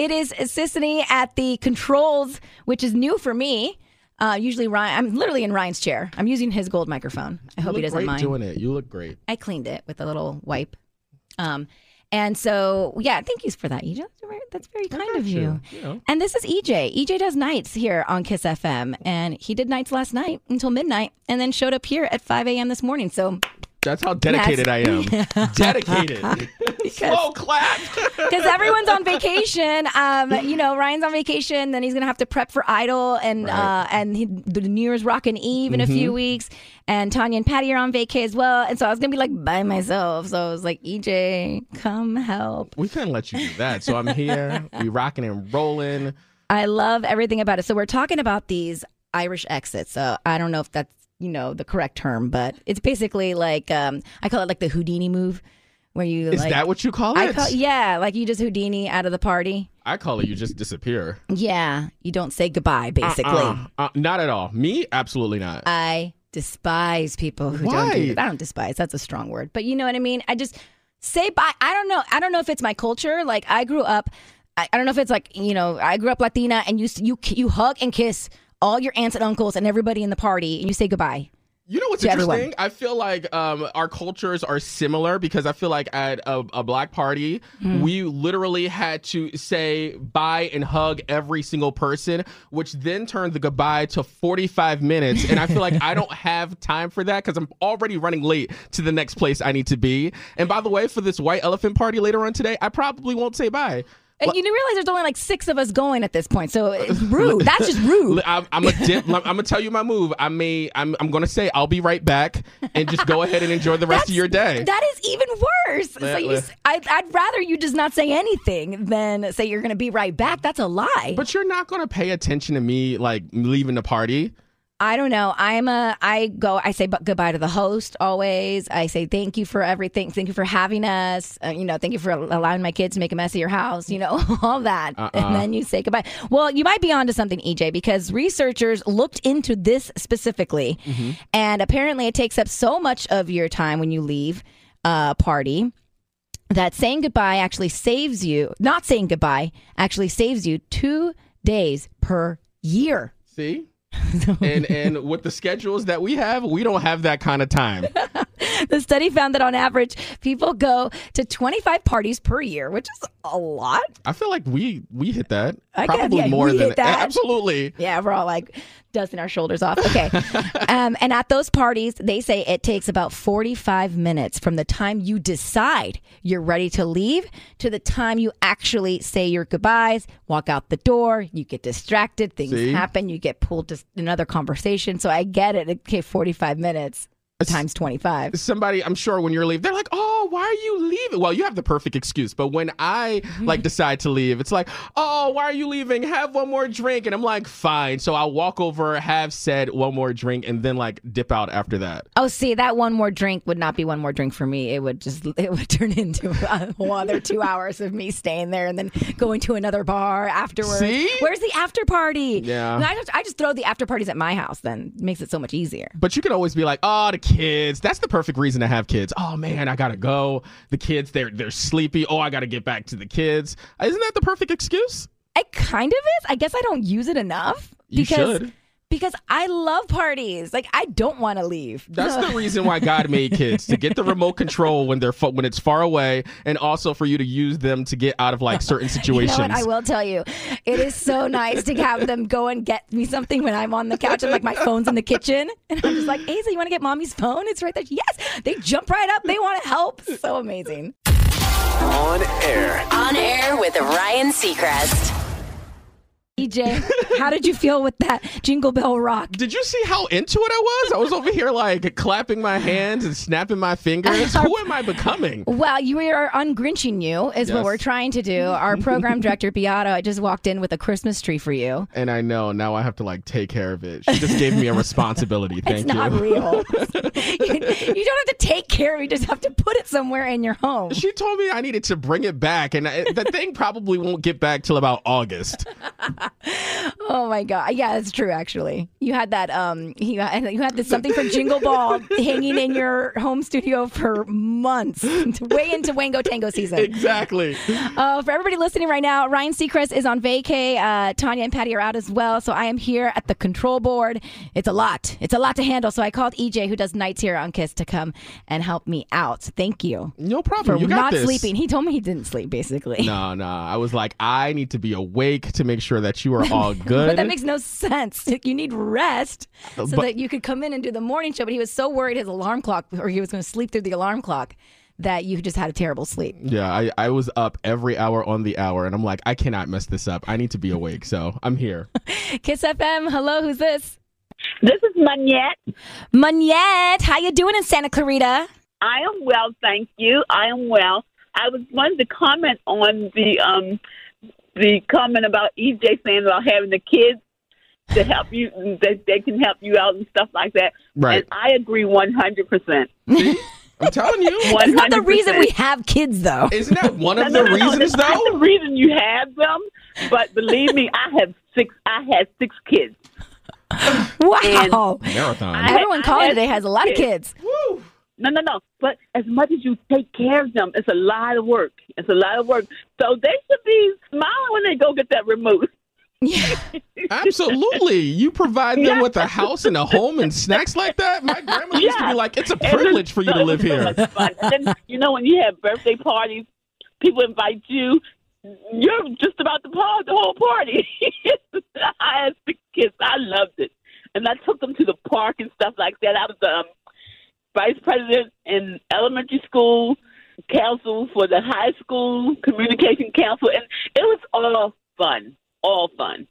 It is Sissany at the controls, which is new for me. Uh, usually, Ryan, I'm literally in Ryan's chair. I'm using his gold microphone. I hope you he look doesn't great mind. doing it. You look great. I cleaned it with a little wipe. Um, and so, yeah, thank you for that, EJ. That's very- That's very kind of you. And this is E EJ. EJ does nights here on Kiss FM, and he did nights last night until midnight, and then showed up here at 5 a.m. this morning. So, That's how dedicated That's- I am. dedicated. because because everyone's on vacation. Um, you know, Ryan's on vacation, then he's gonna have to prep for Idol and uh, and he, the New Year's Rockin' Eve in a few Mm-hmm. Mhm. weeks. And Tanya and Patty are on vacay as well. And so I was gonna be like by myself. So I was like, EJ, come help. We couldn't let you do that. So I'm here. we rocking and rolling. I love everything about it. So we're talking about these Irish exits. So I don't know if that's you know the correct term, but it's basically like um, I call it like the Houdini move, where you Is like, that what you call I it? yeah, like you just Houdini out of the party. I call it you just disappear. Yeah, you don't say goodbye, basically. Uh-uh. Uh, not at all. Me? Absolutely not. I despise people who don't Why? do that. I don't despise, that's a strong word. But you know what I mean? I just say bye. I don't know. I don't know if it's my culture. Like I grew up, I, I don't know if it's like, you know, I grew up Latina and you, s- you, k- you hug and kiss all your aunts and uncles and everybody in the party and you say goodbye. You know what's to interesting? everyone. I feel like um, our cultures are similar because I feel like at a, a black party, Hmm. we literally had to say bye and hug every single person, which then turned the goodbye to 45 minutes. And I feel like I don't have time for that because I'm already running late to the next place I need to be. And by the way, for this white elephant party later on today, I probably won't say bye. And you realize there's only like six of us going at this point. So it's rude. That's just rude. I'm, I'm a dip. I'm gonna tell you my move. I may. I'm. I'm gonna say I'll be right back, and just go ahead and enjoy the rest of your day. That is even worse. So Let- you, let- s- I, I'd rather you just not say anything than say you're going to be right back. That's a lie. But you're not gonna pay attention to me like leaving the party. I don't know. I'm a. I go. I say bu- goodbye to the host always. I say thank you for everything. Thank you for having us. Uh, you know, thank you for allowing my kids to make a mess of your house. You know, all that, Uh-uh. and then you say goodbye. Well, you might be onto something, EJ, because researchers looked into this specifically, and apparently it takes up so much of your time when you leave a party that saying goodbye actually saves you. Not saying goodbye actually saves you two days per year. See. and and with the schedules that we have, we don't have that kind of time. The study found that on average, people go to 25 parties per year, which is a lot. I feel like we we hit that I guess, probably yeah, more we than hit that. absolutely. Yeah, we're all like dusting our shoulders off. Okay. um, and at those parties, they say it takes about 45 minutes from the time you decide you're ready to leave to the time you actually say your goodbyes, walk out the door, you get distracted, things See? happen, you get pulled to another conversation. So I get it. Okay, 45 minutes times 25. Somebody, I'm sure when you're leaving, they're like, "Oh, why are you leaving?" Well, you have the perfect excuse. But when I Mm-hmm. like decide to leave, it's like, "Oh, why are you leaving? Have one more drink." And I'm like, "Fine." So I'll walk over, have said one more drink, and then like dip out after that. Oh, see, that one more drink would not be one more drink for me. It would just it would turn into a whole other two hours of me staying there and then going to another bar afterwards. See? Where's the after party? Yeah. No, I just I just throw the after parties at my house. Then it makes it so much easier. But you could always be like, "Oh, the kids." That's the perfect reason to have kids. Oh man, I gotta go. The kids, they're they're sleepy. Oh, I gotta get back to the kids. Isn't that the perfect excuse? It kind of is. I guess I don't use it enough You because should. Because I love parties. Like I don't want to leave. That's the reason why God made kids to get the remote control when they're fu- when it's far away, and also for you to use them to get out of like certain situations. You know what? I will tell you, it is so nice to have them go and get me something when I'm on the couch. I'm like, my phone's in the kitchen, and I'm just like, Asa, you want to get mommy's phone? It's right there. Yes, they jump right up. They want to help. So amazing. On air. On air with Ryan Seacrest. EJ, E how did you feel with that Jingle Bell Rock? Did you see how into it I was? I was over here like clapping my hands and snapping my fingers. Who am I becoming? Well, you we are ungrinching you is what Yes. we're trying to do. Our program director Beato, I just walked in with a Christmas tree for you. And I know now I have to like take care of it. She just gave me a responsibility. Thank it's not you. real. you, you don't have to take care of it. You just have to put it somewhere in your home. She told me I needed to bring it back, and I, the thing probably won't get back till about August. Oh my god! Yeah, it's true. Actually, you had that. Um, you had, you had this something from Jingle Ball hanging in your home studio for months, way into Wango Tango season. Exactly. Uh, for everybody listening right now, Ryan Seacrest is on vacay. Uh, Tanya and Patty are out as well, so I am here at the control board. It's a lot. It's a lot to handle. So I called EJ, who does nights here on Kiss, to come and help me out. So Thank you. No problem. For You got not this. sleeping. He told me he didn't sleep basically. No, no. I was like, I need to be awake to make sure that you are all good. But that makes no sense. Like, You need rest so But- that you could come in and do the morning show. But he was so worried his alarm clock, or he was going to sleep through the alarm clock, that you just had a terrible sleep. yeah, I, I was up every hour on the hour, and I'm like, I cannot mess this up. I need to be awake, so I'm here. Kiss FM. Hello, who's this? This is Manette. Manette, how you doing in Santa Clarita? I am well, thank you. I am well. I was wanted to comment on the um the comment about EJ saying about having the kids to help you that they can help you out and stuff like that. Right. And I agree one hundred percent. I'm telling you. That's not the reason we have kids, though. Isn't that one No, no, no, no, that's not the reason you have them, but believe me, I have six I had six kids. Wow. Marathon. I- Everyone I calling had today has a lot of kids. No, no, no. But as much as you take care of them, it's a lot of work. It's a lot of work. So they should be smiling when they go get that remote. Absolutely. You provide them Yeah. with a house and a home and snacks like that? My grandma used to be like, it's a privilege for you to live here. And then, you know, when you have birthday parties, people invite you. You're just about to pause the whole party. I had six kids. I loved it, and I took them to the park and stuff like that. I was um, vice president in elementary school, council for the high school, communication council, and it was all fun, all fun.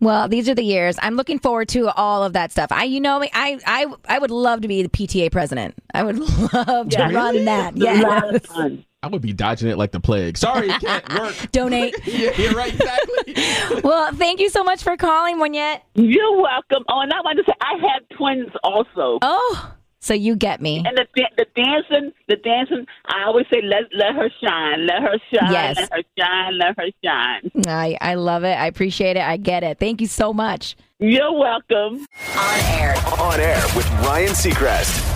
Well, these are the years. I'm looking forward to all of that stuff. I, you know, me, I, I, I would love to be the PTA president. I would love to Yeah. run that. It's a lot Yeah. of fun. I would be dodging it like the plague. Sorry, it can't work. Donate. yeah, you're right, exactly. Well, thank you so much for calling, Monette. You're welcome. Oh, and I wanted to say I have twins also. Oh, so you get me. And the da- the dancing, the dancing. I always say let let her shine, let her shine, Yes. let her shine, let her shine. I, I love it. I appreciate it. I get it. Thank you so much. You're welcome. On air. On air with Ryan Seacrest.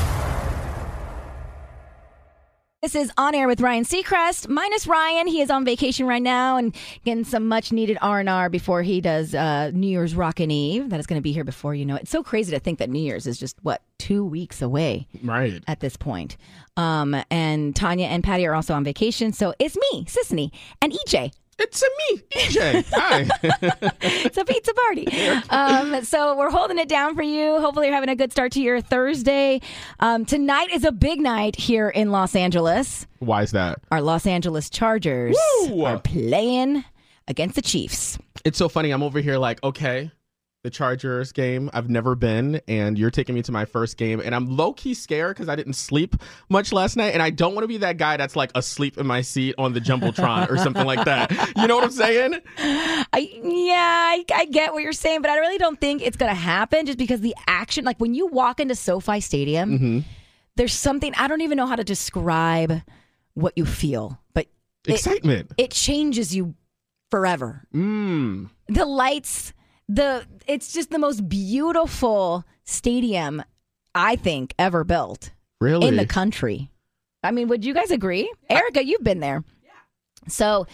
This is On Air with Ryan Seacrest, minus Ryan. He is on vacation right now and getting some much needed R&R before he does uh, New Year's Rockin' Eve. That is going to be here before you know it. It's so crazy to think that New Year's is just, what, two weeks away Right. at this point. Um, and Tanya and Patty are also on vacation. So it's me, Sisney, and E EJ. It's a me, EJ. Hi. It's a pizza party. Um, so we're holding it down for you. Hopefully, you're having a good start to your Thursday. Um, tonight is a big night here in Los Angeles. Why is that? Our Los Angeles Chargers Woo! are playing against the Chiefs. It's so funny. I'm over here like, okay, the Chargers game. I've never been, and you're taking me to my first game, and I'm low key scared because I didn't sleep much last night, and I don't want to be that guy that's like asleep in my seat on the jumbotron or something like that. You know what I'm saying? I, yeah, I, I get what you're saying, but I really don't think it's going to happen just because the action, like when you walk into SoFi Stadium, Mm-hmm. there's something, I don't even know how to describe what you feel, but it, Excitement. it changes you forever. Mmm. the lights the it's just the most beautiful stadium i think ever built Really? in the country i mean would you guys agree erica you've been there so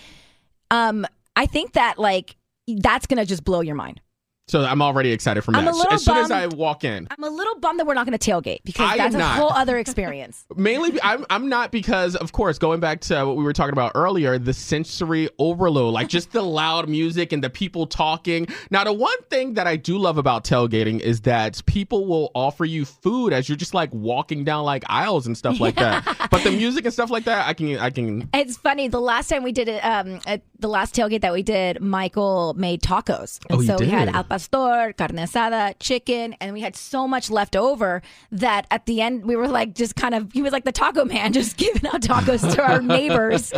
um i think that like that's gonna just blow your mind So I'm already excited for I'm Max. a little as soon as I bummed. walk in, I'm a little bummed that we're not going to tailgate because I am that's a not. whole other experience. Mainly, be- I'm I'm not because, of course, going back to what we were talking about earlier, the sensory overload, like just the loud music and the people talking. Now, the one thing that I do love about tailgating is that people will offer you food as you're just like walking down like aisles and stuff like that. But the music and stuff like that, I can I can. It's funny. The last time we did it, um, at the last tailgate that we did, Michael made tacos. And Oh, you so we had did. al pastor, carne asada, chicken, and we had so much left over that at the end we were like just kind of he was like the taco man just giving out tacos to our neighbors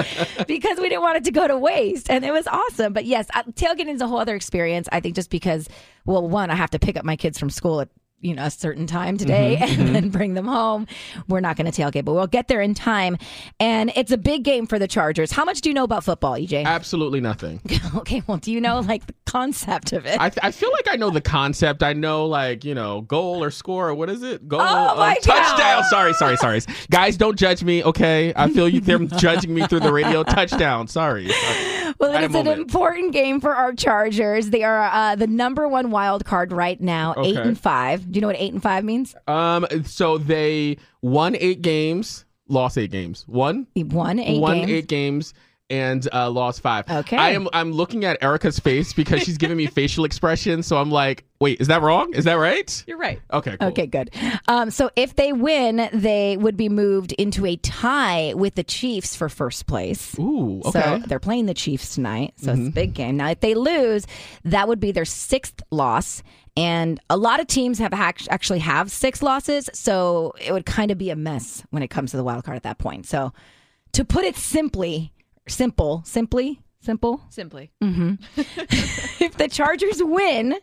because we didn't want it to go to waste, and it was awesome. But yes, uh, tailgating is a whole other experience. I think just because, well, one, I have to pick up my kids from school at you know a certain time today, Mhm, and mhm. then and bring them home. We're not going to tailgate, but we'll get there in time. And it's a big game for the Chargers. How much do you know about football, EJ? Absolutely nothing. okay, well, do you know like the concept of it? I, th- I feel like I know the concept. I know, like, you know, goal or score. What is it? Goal. uh, Oh, my God. touchdown. Sorry, sorry, sorry. Guys, don't judge me, okay? I feel you. They're judging me through the radio. Touchdown. Sorry. well, it At a is an moment. important game for our Chargers. They are uh, the number one wild card right now, eight Okay. and five. Do you know what eight and five means? Um, so they won eight games, lost eight games. One? Won eight won games. eight games and uh, lost five. Okay. I am I'm looking at Erica's face because she's giving me facial expressions. So I'm like, wait, is that wrong? Is that right? You're right. Okay, cool. Okay, good. Um, so if they win, they would be moved into a tie with the Chiefs for first place. Ooh, So okay. they're playing the Chiefs tonight, so it's a Mhm. big game. Now, if they lose, that would be their sixth loss, and a lot of teams have act- actually have six losses, so it would kind of be a mess when it comes to the wild card at that point. So, to put it simply, simple, simply, simple, Simply. hmm if the Chargers win,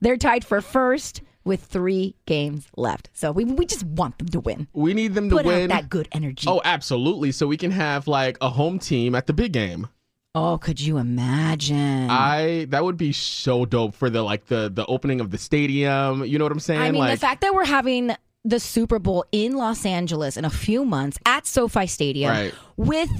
they're tied for first with three games left. So we, we just want them to win. We need them to Put out win. that good energy. Oh, absolutely. So we can have like a home team at the big game. Oh, could you imagine? I that would be so dope for the like the the opening of the stadium. You know what I'm saying? I mean, like the fact that we're having the Super Bowl in Los Angeles in a few months at SoFi Stadium Right. with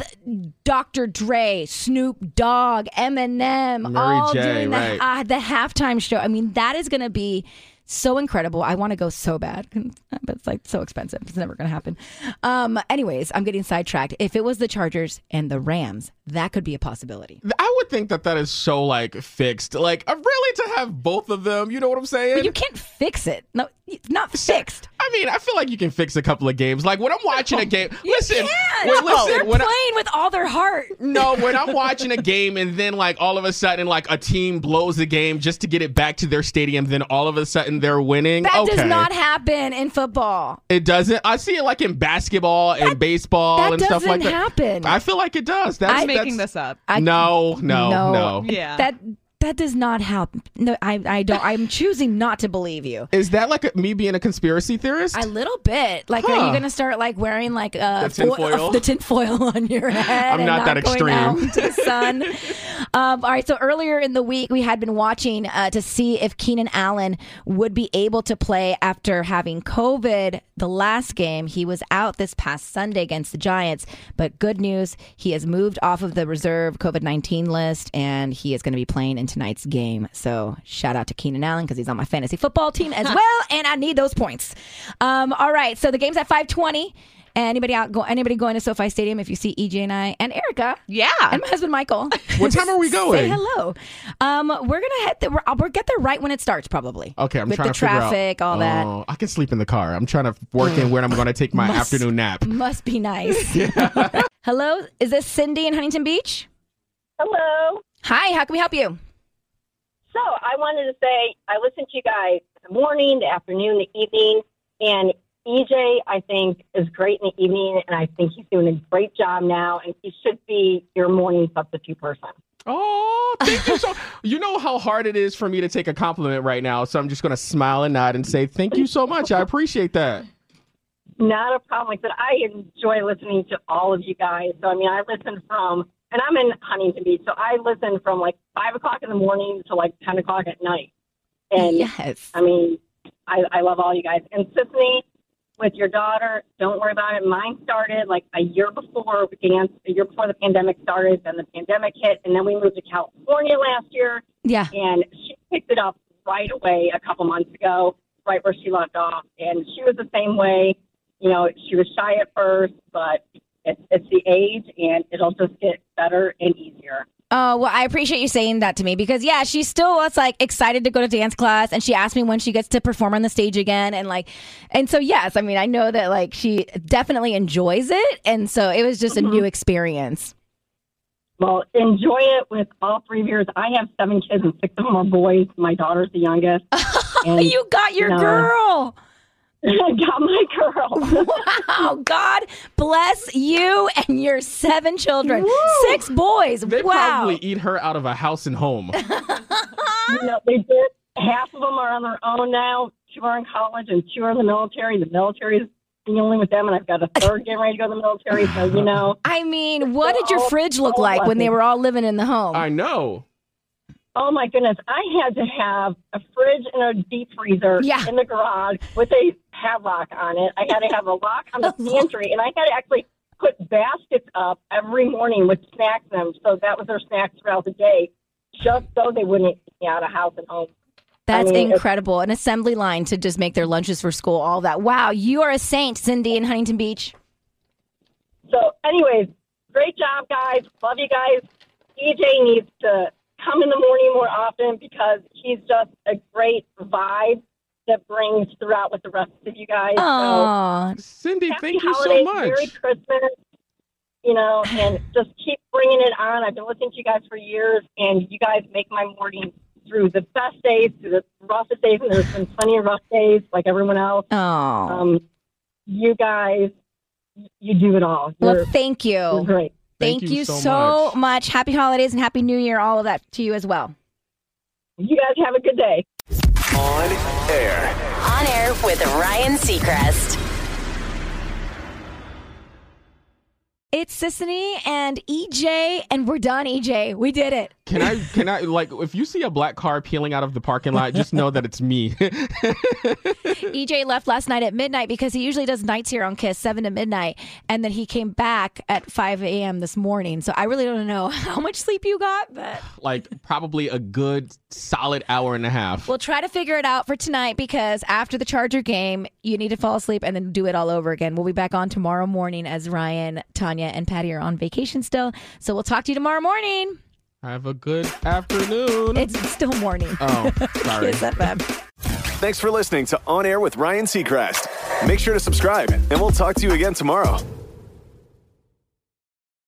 Dr. Dre, Snoop Dogg, Eminem, Mary all J, doing the, right. uh, the halftime show. I mean, that is going to be so incredible. I want to go so bad, but it's like so expensive. It's never going to happen. Um, anyways, I'm getting sidetracked. If it was the Chargers and the Rams, that could be a possibility. I would think that that is so like fixed. Like uh, really to have both of them, you know what I'm saying? But you can't fix it. No, it's not fixed. I mean, I feel like you can fix a couple of games. Like when I'm watching a game, listen, Yeah, when, listen, they're when Oh, playing I- with all their heart. no, when I'm watching a game and then like all of a sudden like a team blows the game just to get it back to their stadium, then all of a sudden they're winning. That okay. does not happen in football. It doesn't. I see it like in basketball and baseball that and stuff like doesn't that. happen. I feel like it does. That's I'm making that's- this up. I- no, no, no, That that does not happen. No, I I don't. I'm choosing not to believe you. Is that like a, me being a conspiracy theorist? A little bit. Like, are Huh. you gonna start like wearing like uh, The tinfoil? the tinfoil on your head? I'm and not that going out extreme. into the sun. um, all right. So earlier in the week, we had been watching uh, to see if Keenan Allen would be able to play after having COVID. The last game, he was out this past Sunday against the Giants. But good news, he has moved off of the reserve COVID nineteen list, and he is going to be playing in tonight's game. So shout out to Keenan Allen because he's on my fantasy football team as well, and I need those points. Um, all right. So the game's at five twenty. Anybody out? Go, anybody going to SoFi Stadium? If you see EJ and I and Erica, yeah, and my husband Michael, What time are we going? Say hello. Um, we're gonna head. Th- we're, I'll, we'll get there right when it starts, probably. Okay, I'm With trying the to figure out- traffic, all that. Mm. Oh, I can sleep in the car. I'm trying to work in where I'm going to take my Must- afternoon nap. Must be nice. hello, is this Cindy in Huntington Beach? Hello. Hi. How can we help you? So I wanted to say I listened to you guys the morning, the afternoon, the evening, and EJ I think is great in the evening, and I think he's doing a great job now, and he should be your morning substitute person. Oh, thank you so. You know how hard it is for me to take a compliment right now, so I'm just going to smile and nod and say thank you so much. I appreciate that. Not a problem. But I enjoy listening to all of you guys. So I mean, I listen from, and I'm in Huntington Beach, so I listen from like five o'clock in the morning to like ten o'clock at night. And yes. I mean, I, I love all you guys. And Symphony with your daughter, don't worry about it. Mine started like a year before we danced, a year before the pandemic started. Then the pandemic hit, and then we moved to California last year. Yeah. And she picked it up right away a couple months ago, right where she left off. And she was the same way. You know, she was shy at first, but it's, it's the age, and it'll just get better and easier. Oh, well, I appreciate you saying that to me because, yeah, she still was like excited to go to dance class and she asked me when she gets to perform on the stage again. And like, and so, yes, I mean, I know that like she definitely enjoys it. And so it was just a new experience. Well, enjoy it with all three of yours. I have seven kids, and six of them are boys. My daughter's the youngest. And, you got your know, girl. I got my girl. wow. God bless you and your seven children. Six boys. They wow. probably eat her out of a house and home. you know, they did. Half of them are on their own now. Two are in college, and two are in the military. The military is dealing with them, and I've got a third getting ready to go to the military. So you know, I mean, what did your all- fridge look all like when they blessings. were all living in the home? I know. Oh my goodness! I had to have a fridge and a deep freezer Yeah. in the garage with a padlock on it. I had to have a lock on the pantry, and I had to actually put baskets up every morning with snacks in them, so that was their snacks throughout the day, just so they wouldn't eat me out of house and home. That's I mean, it's- incredible. An assembly line to just make their lunches for school, all that. Wow, you are a saint, Cindy in Huntington Beach. So, anyways, great job, guys. Love you guys. EJ needs to come in the morning more often because he's just a great vibe that brings throughout with the rest of you guys. So, Aw. Cindy, happy thank you so holidays, much. Merry Christmas. You know, and just keep bringing it on. I've been listening to you guys for years, and you guys make my morning through the best days, through the roughest days, and there's been plenty of rough days, like everyone else. Oh. Um, you guys, you do it all. well, You're- thank you. you're great. Thank, you, so, much. Happy holidays and happy new year, all of that to you as well. You guys have a good day. On air. On air with Ryan Seacrest. It's Sissany and EJ, and we're done, EJ. We did it. Can I? Can I? Like, if you see a black car peeling out of the parking lot, just know that it's me. EJ E left last night at midnight because he usually does nights here on Kiss, 7 to midnight. And then he came back at 5 a.m. this morning. So I really don't know how much sleep you got, but like, probably a good solid hour and a half. we'll try to figure it out for tonight because after the Charger game, you need to fall asleep and then do it all over again. We'll be back on tomorrow morning as Ryan, Tanya, and Patty are on vacation still. So we'll talk to you tomorrow morning. Have a good afternoon. It's still morning. Oh, sorry. Kiss FM. Thanks for listening to On Air with Ryan Seacrest. Make sure to subscribe, and we'll talk to you again tomorrow.